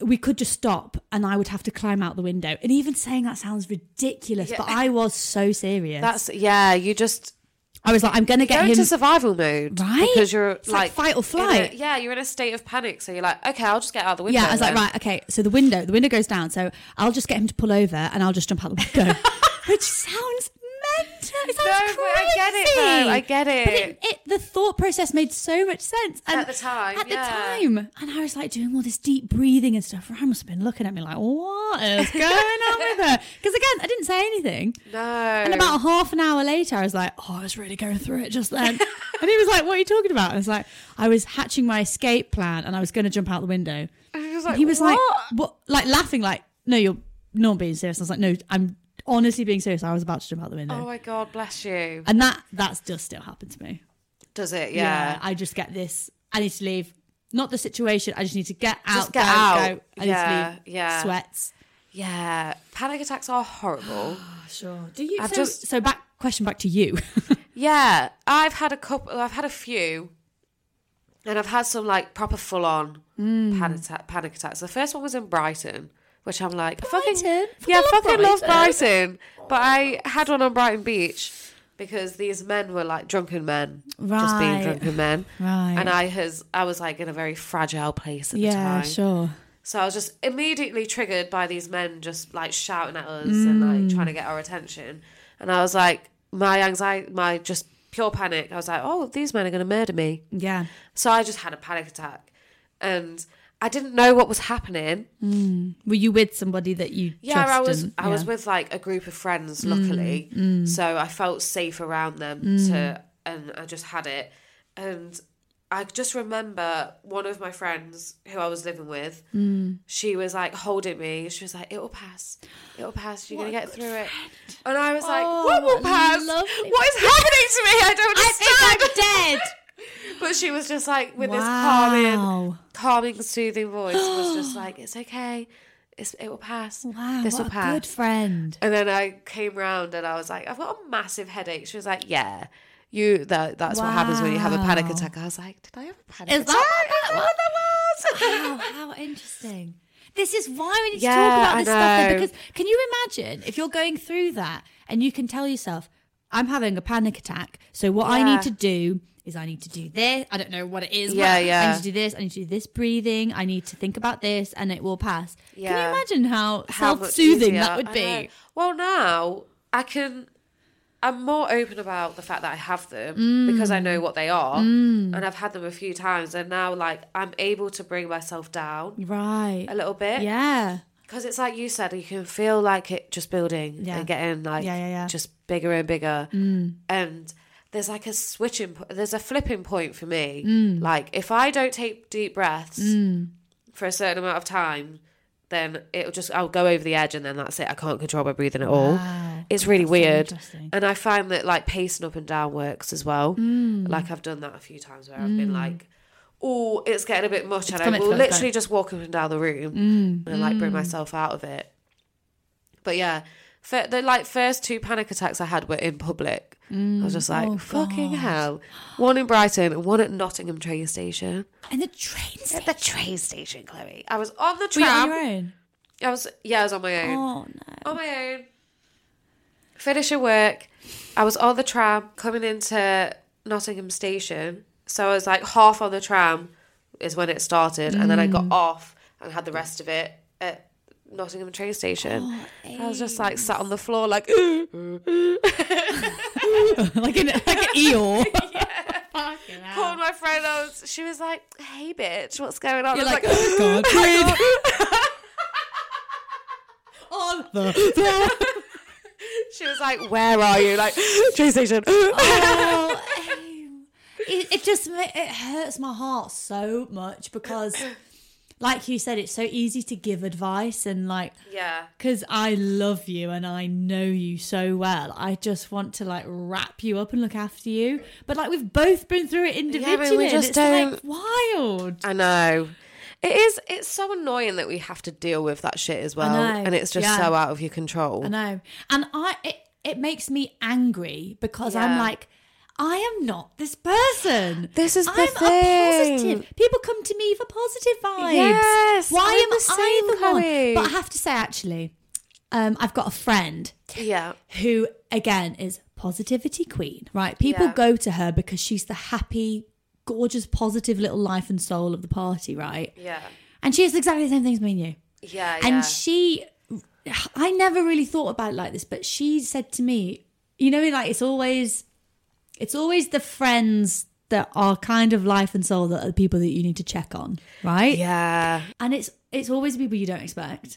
S2: we could just stop, and I would have to climb out the window. And even saying that sounds ridiculous, but I was so serious.
S3: That's yeah. You just
S2: I was like, I'm gonna
S3: go
S2: get him.
S3: into survival mode,
S2: Right?
S3: Because you're
S2: It's like fight or
S3: in a-
S2: flight.
S3: yeah, you're in a state of panic, so you're like, okay, I'll just get out the window.
S2: Yeah, I was like,
S3: then.
S2: right, okay. So the window, the window goes down. So I'll just get him to pull over, and I'll just jump out the window, which sounds mental. It sounds
S3: No,
S2: crazy.
S3: but I get it, though. I get
S2: But
S3: it.
S2: it, it- the thought process made so much sense and
S3: At the time,
S2: At
S3: yeah.
S2: the time, and I was like doing all this deep breathing and stuff. Ram must have been looking at me like, what is going on with her? Because again, I didn't say anything.
S3: No.
S2: And about half an hour later, I was like, oh, I was really going through it just then. and he was like, what are you talking about? And I was like, I was hatching my escape plan and I was going to jump out the window.
S3: he was like,
S2: he was
S3: "What?"
S2: like, what? Like laughing, like, no, you're not being serious. I was like, no, I'm honestly being serious. I was about to jump out the window.
S3: Oh my god, bless you.
S2: and that that's just still happened to me.
S3: Does it?
S2: Yeah.
S3: Yeah.
S2: I just get this. I need to leave. Not the situation. I just need to get out.
S3: Just get
S2: go,
S3: out.
S2: go. I
S3: Yeah,
S2: need to leave.
S3: yeah.
S2: Sweats.
S3: Yeah. Panic attacks are horrible.
S2: Sure. Do you?
S3: I've
S2: so,
S3: just-
S2: so back question back to you.
S3: yeah. I've had a couple. I've had a few, and I've had some like proper full on
S2: Hmm.
S3: panic, atta- panic attacks. The first one was in Brighton, which I'm like, I fucking
S2: Brighton? Fucking
S3: yeah,
S2: love
S3: fucking love
S2: Brighton.
S3: Brighton. But I had one on Brighton Beach because these men were like drunken men, just being
S2: Right.
S3: drunken men,
S2: Right.
S3: and I has I was like in a very fragile place at the
S2: yeah.
S3: time.
S2: Sure.
S3: So I was just immediately triggered by these men just like shouting at us and like trying to get our attention. And I was like, my anxiety, my just pure panic. I was like, oh, these men are going to murder me.
S2: Yeah.
S3: So I just had a panic attack and I didn't know what was happening.
S2: Were you with somebody that you?
S3: Yeah, I
S2: trust
S3: was
S2: and-
S3: I was
S2: yeah. Mm,
S3: with like a group of friends, luckily, so I felt safe around them. To and I just had it, and I just remember one of my friends who I was living with.
S2: Mm.
S3: She was like holding me. She was like, "It will pass. It will pass. You're gonna get through it." And I was like,
S2: Oh,
S3: "What will
S2: what a
S3: pass?
S2: lovely-
S3: What is happening to me? I don't
S2: I
S3: understand."
S2: think I'm dead.
S3: But she was just like with this calming,
S2: Wow.
S3: calming, soothing voice. was just like, "It's okay. It's, it will pass.
S2: Wow,
S3: this
S2: what
S3: will
S2: a
S3: pass."
S2: good friend.
S3: And then I came round and I was like, I've got a massive headache. She was like, Yeah, you that that's what happens when you have a panic
S2: Wow.
S3: attack. I was like, Did I have a panic
S2: Is that
S3: attack?
S2: what that
S3: I don't know
S2: Wow,
S3: what that was.
S2: how interesting. This is why we need to
S3: Yeah,
S2: talk about
S3: I
S2: this stuff though,
S3: know.
S2: because can you imagine if you're going through that and you can tell yourself, I'm having a panic attack, so what I
S3: Yeah.
S2: need to do is I need to do this. I don't know what it is. but
S3: Yeah,
S2: I
S3: yeah.
S2: need to do this. I need to do this breathing. I need to think about this, and it will pass. Can
S3: Yeah.
S2: you imagine how,
S3: How much
S2: self-soothing
S3: easier.
S2: that would
S3: I know.
S2: be?
S3: Well, now I can. I'm more open about the fact that I have them because I know
S2: Mm.
S3: what they are, and I've had them a few times, and now like I'm able to bring myself down
S2: Right.
S3: a little bit.
S2: Yeah.
S3: Because it's like you said, you can feel like it just building
S2: Yeah.
S3: and getting like
S2: Yeah, yeah, yeah. Mm.
S3: just bigger and bigger. And there's like a switching, po- there's a flipping point for me.
S2: Mm.
S3: Like if I don't take deep breaths for a certain amount of time, then it'll just I'll go over the edge and then that's it. I can't control my breathing at all.
S2: Wow.
S3: It's really
S2: so
S3: weird.
S2: interesting.
S3: and I find that like pacing up and down works as well.
S2: Mm.
S3: Like I've done that a few times where I've been like, oh, it's getting a bit much, and I
S2: coming, Mm. Mm. it's
S3: will
S2: coming, it's
S3: literally just walk up and down the room and like bring myself out of it. But yeah, fir- the like first two panic attacks I had were in public. I was just like,
S2: Oh,
S3: fucking
S2: God.
S3: hell. One in Brighton and one at Nottingham train station.
S2: And the train
S3: At
S2: station.
S3: the train station, Chloe. I was on the
S2: Were you on
S3: tram.
S2: your own?
S3: I was yeah, I was on my own.
S2: Oh no.
S3: On my own. Finishing work. I was on the tram coming into Nottingham station. So I was like half on the tram is when it started. And then I got off and had the rest of it at Nottingham train station. I was just like sat on the floor like
S2: like an like an eeyore.
S3: called my friend. I was, she was like, "Hey, bitch, what's going on?"
S2: You're
S3: I was
S2: like, oh, God, breathe. on the floor.
S3: she was like, "Where are you?" Like train station.
S2: Oh, ew. it, it just ma- it hurts my heart so much because, like you said, it's so easy to give advice and like
S3: yeah.
S2: because I love you and I know you so well. I just want to like wrap you up and look after you. But like we've both been through it individually.
S3: just
S2: it's
S3: don't-
S2: like wild.
S3: I know. It is. It's so annoying that we have to deal with that shit as well,
S2: know,
S3: and it's just
S2: yeah.
S3: so out of your control.
S2: I know. And I it, it makes me angry because I'm
S3: Yeah.
S2: like I am not this person.
S3: This is the
S2: I'm
S3: thing.
S2: A positive. People come to me for positive vibes.
S3: Yes,
S2: Why
S3: I'm
S2: am
S3: the
S2: I
S3: same,
S2: the
S3: Chloe.
S2: one? But I have to say actually, um, I've got a friend
S3: Yeah,
S2: who again is positivity queen, right? People
S3: Yeah.
S2: go to her because she's the happy, gorgeous, positive little life and soul of the party, right?
S3: yeah,
S2: And she has exactly the same thing as me and you.
S3: yeah, yeah.
S2: And she, I never really thought about it like this, but she said to me, you know, like it's always, it's always the friends that are kind of life and soul that are the people that you need to check on, right?
S3: yeah,
S2: And it's it's always people you don't expect.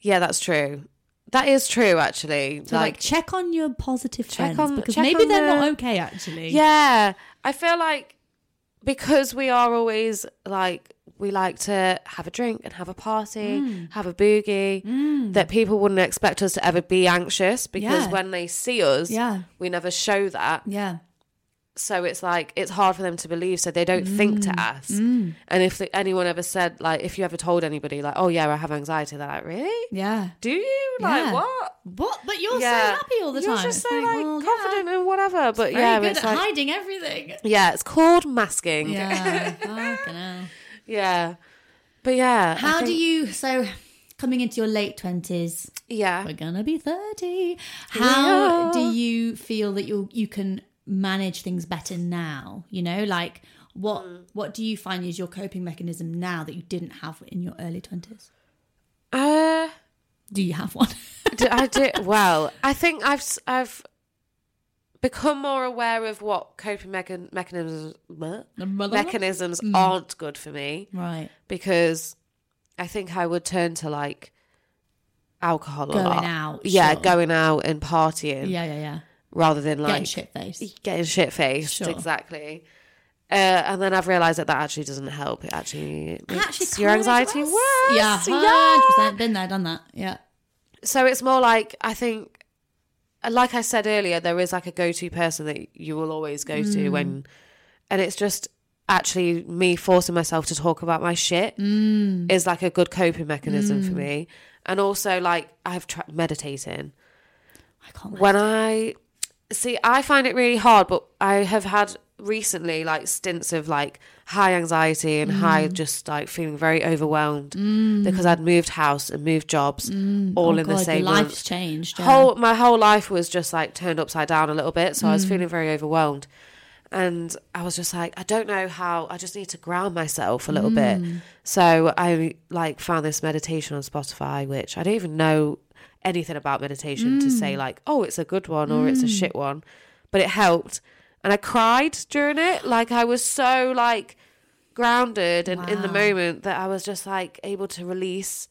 S3: yeah. That's true. That is true, actually.
S2: So like, check on your positive friends
S3: on-
S2: because
S3: check
S2: maybe
S3: on
S2: they're
S3: the-
S2: not okay actually.
S3: Yeah, I feel like because we are always like we like to have a drink and have a party,
S2: Mm.
S3: have a boogie, that people wouldn't expect us to ever be anxious because
S2: Yeah.
S3: when they see us,
S2: Yeah.
S3: we never show that.
S2: Yeah.
S3: So it's like it's hard for them to believe, so they don't think
S2: Mm,
S3: to ask. And if anyone ever said like, if you ever told anybody like, oh yeah, I have anxiety, they're like, really?
S2: Yeah.
S3: Do you like
S2: Yeah.
S3: what?
S2: What? But you're so happy all the
S3: You're
S2: time.
S3: just
S2: It's
S3: so like,
S2: well,
S3: confident and whatever. But
S2: Yeah. Very
S3: yeah,
S2: good
S3: it's
S2: at
S3: like
S2: hiding everything.
S3: yeah, it's called masking.
S2: Yeah. fucking hell.
S3: Yeah. But yeah. I
S2: How do
S3: think-
S2: you so coming into your late twenties?
S3: Yeah.
S2: We're gonna be thirty. How
S3: Yeah.
S2: do you feel that you you can manage things better now? You know, like What
S3: Hmm.
S2: What do you find is your coping mechanism now that you didn't have in your early twenties?
S3: Uh,
S2: Do you have one?
S3: do, I do well. I think I've s- I've become more aware of what coping mechan- mechanisms bleh, mechanisms
S2: Mm.
S3: aren't good for me
S2: right,
S3: because I think I would turn to like alcohol a
S2: Going
S3: lot.
S2: out,
S3: yeah,
S2: sure.
S3: going out and partying
S2: yeah, yeah, yeah.
S3: rather than
S2: Getting
S3: like
S2: shit faced.
S3: getting shit faced.
S2: Sure.
S3: Exactly. Uh, and then I've realised that that actually doesn't help. It actually makes
S2: Actually,
S3: your anxiety
S2: worse.
S3: worse.
S2: Yeah, hundred percent. Been there, done that. Yeah,
S3: So it's more like I think, uh, like I said earlier, there is like a go-to person that you will always go to
S2: Mm.
S3: when, and it's just actually me forcing myself to talk about my shit
S2: Mm.
S3: is like a good coping mechanism for me. And also, like I've tried meditating
S2: I can't.
S3: when I see, I find it really hard, but I have had recently like stints of like high anxiety and high just like feeling very overwhelmed because I'd moved house and moved jobs all
S2: Mm.
S3: in
S2: Oh God,
S3: the same
S2: your
S3: month.
S2: life's changed. yeah.
S3: whole my whole life was just like turned upside down a little bit so i was feeling very overwhelmed and i was just like i don't know how i just need to ground myself a little bit so i like found this meditation on spotify which i don't even know anything about meditation to
S2: Mm.
S3: say like oh it's a good one or it's a shit one but it helped and i cried during it like i was so like grounded and in the
S2: Wow.
S3: moment that i was just like able to release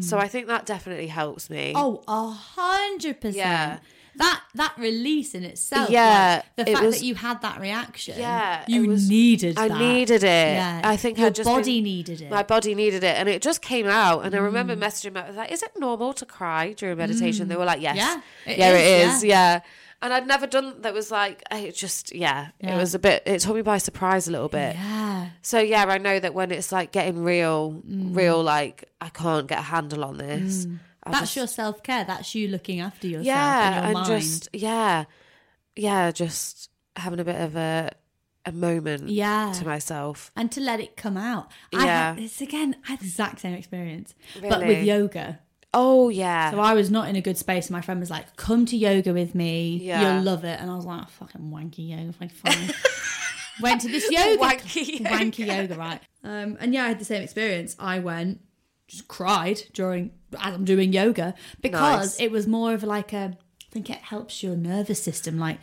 S3: so i think that definitely helps
S2: Mm.
S3: me
S2: Oh, a hundred
S3: Yeah.
S2: percent. That that release in itself. like,
S3: Yeah,
S2: the
S3: it
S2: fact
S3: was-
S2: that you had that reaction.
S3: Yeah,
S2: You
S3: it was-
S2: needed
S3: I
S2: that.
S3: needed it.
S2: Yeah.
S3: I think
S2: your
S3: I just
S2: body needed it.
S3: my body needed it, and it just came out. And I remember
S2: Mm.
S3: messaging my I was like, "Is it normal to cry during meditation?" They were like, "Yes,
S2: Yeah,
S3: yeah,
S2: it
S3: it is,
S2: is,
S3: yeah. And I'd never done that. Was like, I- it just yeah,
S2: Yeah.
S3: it was a bit. It took me by surprise a little bit.
S2: yeah.
S3: So yeah, I know that when it's like getting real,
S2: Mm.
S3: real like I can't get a handle on this. I
S2: That's
S3: just-
S2: your self care. That's you looking after yourself.
S3: yeah,
S2: and your mind.
S3: just yeah, yeah, just having a bit of a a moment
S2: Yeah.
S3: to myself.
S2: and to let it come out. I had
S3: Yeah.
S2: this again, I had the exact same experience. But with
S3: Really?
S2: yoga.
S3: Oh yeah,
S2: So I was not in a good space. My friend was like, come to yoga with me.
S3: Yeah.
S2: You'll love it. And I was like, oh, fucking wanky yoga. Like, fine. went to this yoga.
S3: Wanky yoga.
S2: Wanky yoga, right. Um, and yeah, I had the same experience. I went, just cried during, as I'm doing yoga because
S3: Nice.
S2: it was more of like a, I think it helps your nervous system. Like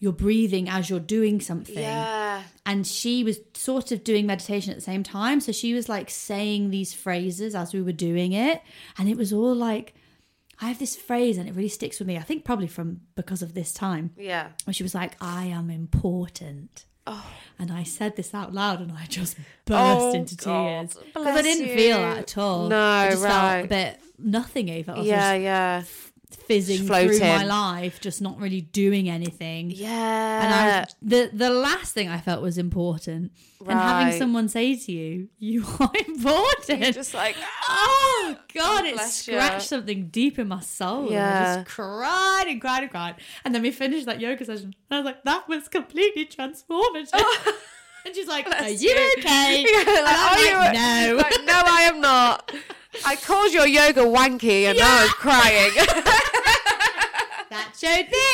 S2: you're breathing as you're doing something
S3: yeah.
S2: and she was sort of doing meditation at the same time so she was like saying these phrases as we were doing it and it was all like i have this phrase and it really sticks with me i think probably from because of this time
S3: Yeah.
S2: where she was like i am important and i said this out loud and i just burst
S3: Oh,
S2: into
S3: God.
S2: tears because i
S3: Bless
S2: didn't
S3: you.
S2: feel that at all
S3: No,
S2: I just felt a
S3: right.
S2: bit nothing of it I was
S3: Yeah,
S2: just
S3: yeah.
S2: fizzing through
S3: floating.
S2: my life just not really doing anything
S3: Yeah.
S2: and I was, the the last thing I felt was important, and having
S3: Right.
S2: someone say to you, "You are important,"
S3: just like,
S2: oh god, it
S3: Bless ya.
S2: scratched something deep in my soul. Yeah, I
S3: Yeah.
S2: just cried and cried and cried, and then we finished that yoga session, and I was like, "That was completely transformative." and she's like, "Are
S3: Bless
S2: you
S3: you."
S2: okay?"
S3: Yeah,
S2: and I'm
S3: are
S2: like,
S3: you-
S2: "No."
S3: like, no, I am not. I called your yoga wanky and now I'm crying.
S2: that showed me.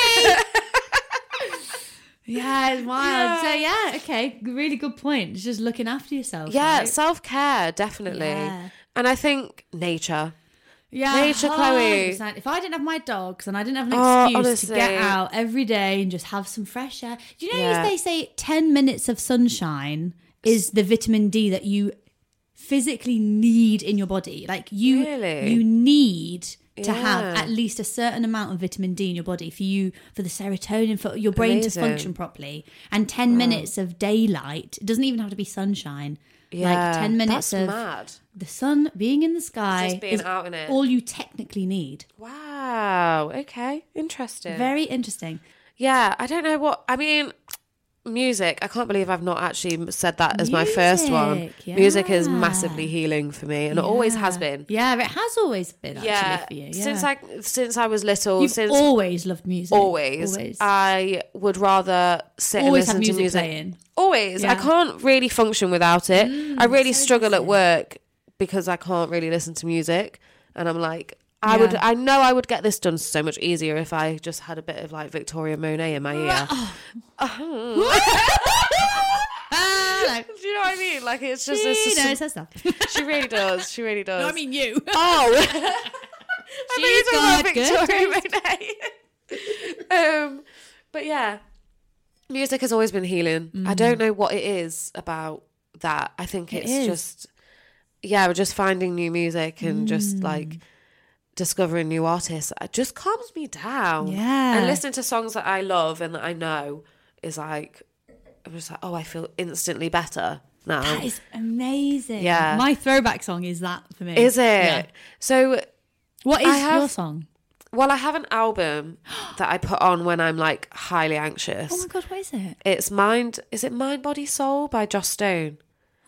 S2: yeah, it's wild. So yeah, okay, really good point. It's just looking after yourself.
S3: yeah,
S2: right?
S3: self care, definitely.
S2: Yeah.
S3: And I think nature.
S2: Yeah,
S3: Nature, Chloe.
S2: 100%. If I didn't have my dogs and I didn't have an
S3: Oh,
S2: excuse to
S3: honestly.
S2: get out every day and just have some fresh air, do you know
S3: Yeah.
S2: they say ten minutes of sunshine is the vitamin D that you physically need in your body. Like you,
S3: Really?
S2: you need to have
S3: Yeah.
S2: at least a certain amount of vitamin D in your body for you for the serotonin for your brain
S3: Amazing.
S2: to function properly. And ten minutes of daylight it doesn't even have to be sunshine.
S3: Yeah.
S2: like ten minutes
S3: That's
S2: of
S3: mad.
S2: the sun being in the sky
S3: Just being
S2: is
S3: out in it.
S2: all you technically need.
S3: Wow. Okay. Interesting.
S2: Very interesting.
S3: yeah. I don't know what. I mean, music. I can't believe I've not actually said that as my first one.
S2: Music,
S3: Music is
S2: yeah.
S3: massively healing for me and it always has been.
S2: Yeah, it has always been actually
S3: yeah,
S2: for you. Yeah.
S3: since I since I was little,
S2: You've
S3: since
S2: always loved music.
S3: always,
S2: Always.
S3: I would rather sit
S2: Always have
S3: and listen
S2: music
S3: to music.
S2: playing.
S3: Always,
S2: Yeah. Mm,
S3: I can't really function without it. I really struggle at work because I can't really listen to music, and I'm like. I would.
S2: Yeah.
S3: I know. I would get this done so much easier if I just had a bit of like Victoria Monet in my ear.
S2: Ah, like,
S3: Like it's just
S2: She
S3: it's just-
S2: knows her stuff.
S3: she really does. She really does.
S2: I mean, you.
S3: oh,
S2: She's got good
S3: um, but yeah, music has always been healing. I don't know what it is about that. I think
S2: Mm. It
S3: it's
S2: is.
S3: just yeah, we're just finding new music and
S2: Mm.
S3: just like discovering new artists. It just calms me down.
S2: Yeah.
S3: and listening to songs that I love and that I know is like I'm just like oh, I feel instantly better now.
S2: That is amazing.
S3: Yeah.
S2: My throwback song is that for me.
S3: is it?
S2: Yeah.
S3: So
S2: What is
S3: I have-
S2: your song?
S3: Well, I have an album that I put on when I'm like highly anxious.
S2: Oh my god, what is it?
S3: it's Mind is it Mind Body Soul by Joss Stone?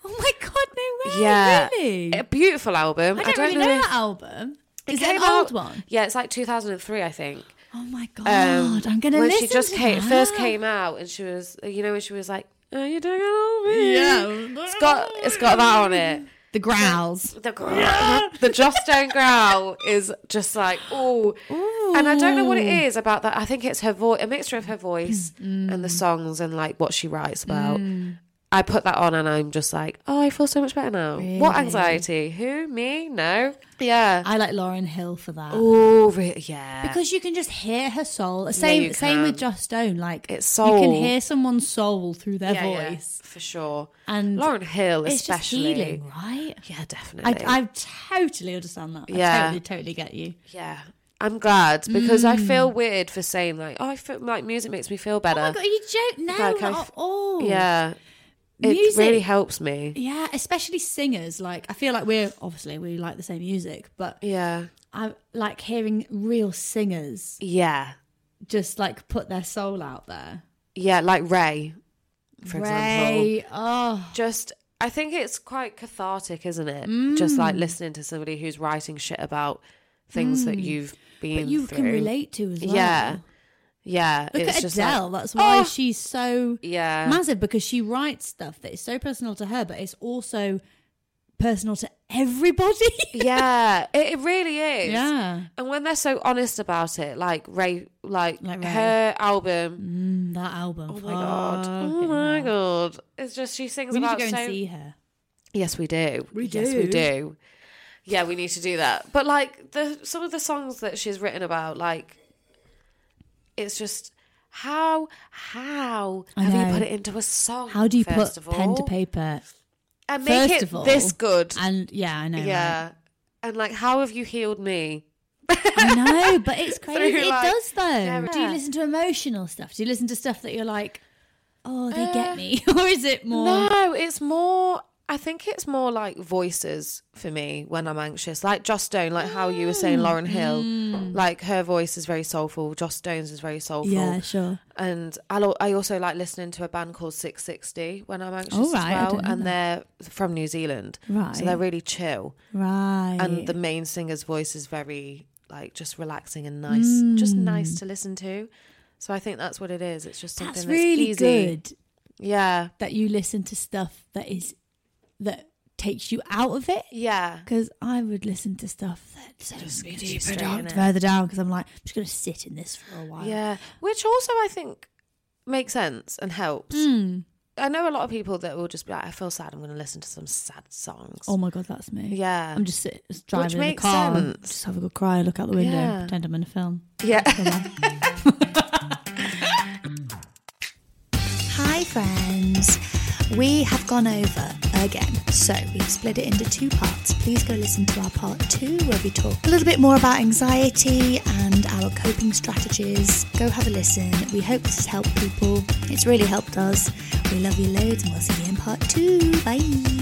S2: Oh my god, no way.
S3: yeah.
S2: Really?
S3: A beautiful album.
S2: I don't, really know,
S3: if-
S2: that album. Is it
S3: came
S2: an old
S3: out-
S2: one?
S3: Yeah, it's like 2003, I think.
S2: Oh my god,
S3: Um,
S2: I'm gonna
S3: when
S2: listen
S3: she just
S2: to
S3: came,
S2: that.
S3: first came out, and she was, you know, when she was like, "Are you doing it all me?" it's got it's got that on it.
S2: the growls.
S3: The growl, the Joss Stone growl is just like oh, and I don't know what it is about that. I think it's her voice, a mixture of her voice
S2: Mm,
S3: and the songs and like what she writes about. I put that on and I'm just like, oh, I feel so much better now. What
S2: Really?
S3: anxiety? Who me? No, yeah.
S2: I like Lauren Hill for that.
S3: Oh, re- yeah.
S2: Because you can just hear her soul. Same
S3: you
S2: same with
S3: can.
S2: Joss Stone. Like
S3: It's
S2: You
S3: soul.
S2: can hear someone's soul through their
S3: Yeah, yeah,
S2: voice.
S3: for sure.
S2: And
S3: Lauren Hill,
S2: it's
S3: especially.
S2: just healing, right?
S3: Yeah, definitely.
S2: I, I totally understand that. I
S3: Yeah.
S2: totally, totally get you.
S3: yeah, I'm glad because I feel weird for saying like, oh, I feel like music makes me feel better.
S2: Mm. Oh my god, you don't know
S3: Like, I
S2: not
S3: f-
S2: at all.
S3: Yeah. It
S2: Music-
S3: really helps me.
S2: Yeah, especially singers. Like I feel like we're obviously we like the same music, but
S3: Yeah.
S2: I like hearing real singers
S3: Yeah.
S2: just like put their soul out there.
S3: Yeah, like Ray, for example.
S2: Ray, oh,
S3: Just I think it's quite cathartic, isn't it? Just
S2: Mm.
S3: like listening to somebody who's writing shit about things that you've been
S2: Mm. but you
S3: through.
S2: can relate to as well.
S3: Yeah. Yeah.
S2: Look
S3: it's
S2: at
S3: just
S2: Adele.
S3: Like,
S2: That's why
S3: Oh!
S2: she's so
S3: yeah.
S2: massive because she writes stuff that is so personal to her, but it's also personal to everybody.
S3: yeah. It, it really is.
S2: yeah,
S3: And when they're so honest about it, like Ray like,
S2: Like Ray.
S3: her album
S2: Mm, that album.
S3: Oh my god! Oh
S2: Fucking
S3: my
S2: hell.
S3: god! It's just she sings
S2: We need to
S3: about
S2: go and
S3: so.
S2: see her.
S3: Yes, we do.
S2: We
S3: Yes, we
S2: do.
S3: do. Yeah, we need to do that. But like the some of the songs that she's written about, like it's just how how
S2: I
S3: have
S2: know.
S3: you put it into a song?
S2: How do you
S3: first
S2: put
S3: of all,
S2: pen to paper?
S3: and make
S2: first
S3: it
S2: of all,
S3: this good?
S2: And yeah, I know. right?
S3: yeah, and like how have you healed me?
S2: I know, but it's crazy.
S3: Through,
S2: it
S3: like-
S2: does though.
S3: Yeah.
S2: Do you listen to emotional stuff? Do you listen to stuff that you're like, oh, they get me, or is it more?
S3: No, it's more. I think it's more like voices for me when I'm anxious. Like Joss Stone, like how you were
S2: Mm,
S3: saying, Lauren Hill. Like her voice is very soulful. Joss Stone's is very soulful.
S2: Yeah, sure.
S3: And I, lo- I also like listening to a band called Six Sixty when I'm anxious
S2: Oh, right, I
S3: as well.
S2: didn't know
S3: And they're from New Zealand, so
S2: Right.
S3: they're really chill.
S2: Right.
S3: And the main singer's voice is very like just relaxing and nice, just nice to listen to. So I think that's what it is. It's just something
S2: Mm. that's
S3: that's,
S2: really
S3: easy.
S2: good
S3: Yeah,
S2: that you listen to stuff that is that takes you out of it.
S3: yeah.
S2: Because I would listen to stuff that sends me
S3: gets you
S2: deeper
S3: straight
S2: down,
S3: in it.
S2: further down. Because I'm like, I'm just gonna sit in this for a while.
S3: Yeah, which also I think makes sense and helps.
S2: Mm.
S3: I know a lot of people that will just be like, "I feel sad. I'm going to listen to some sad songs."
S2: Oh my god, that's me.
S3: yeah,
S2: I'm just sitting, just driving in the
S3: makes
S2: car, and
S3: sense.
S2: just have a good cry, look out the window,
S3: Yeah.
S2: pretend I'm in a film.
S3: yeah.
S4: Hi, friends. We have gone over again, so we've split it into two parts. Please go listen to our part two, where we talk a little bit more about anxiety and our coping strategies. Go have a listen. We hope this has helped people. It's really helped us. We love you loads, and we'll see you in part two. Bye.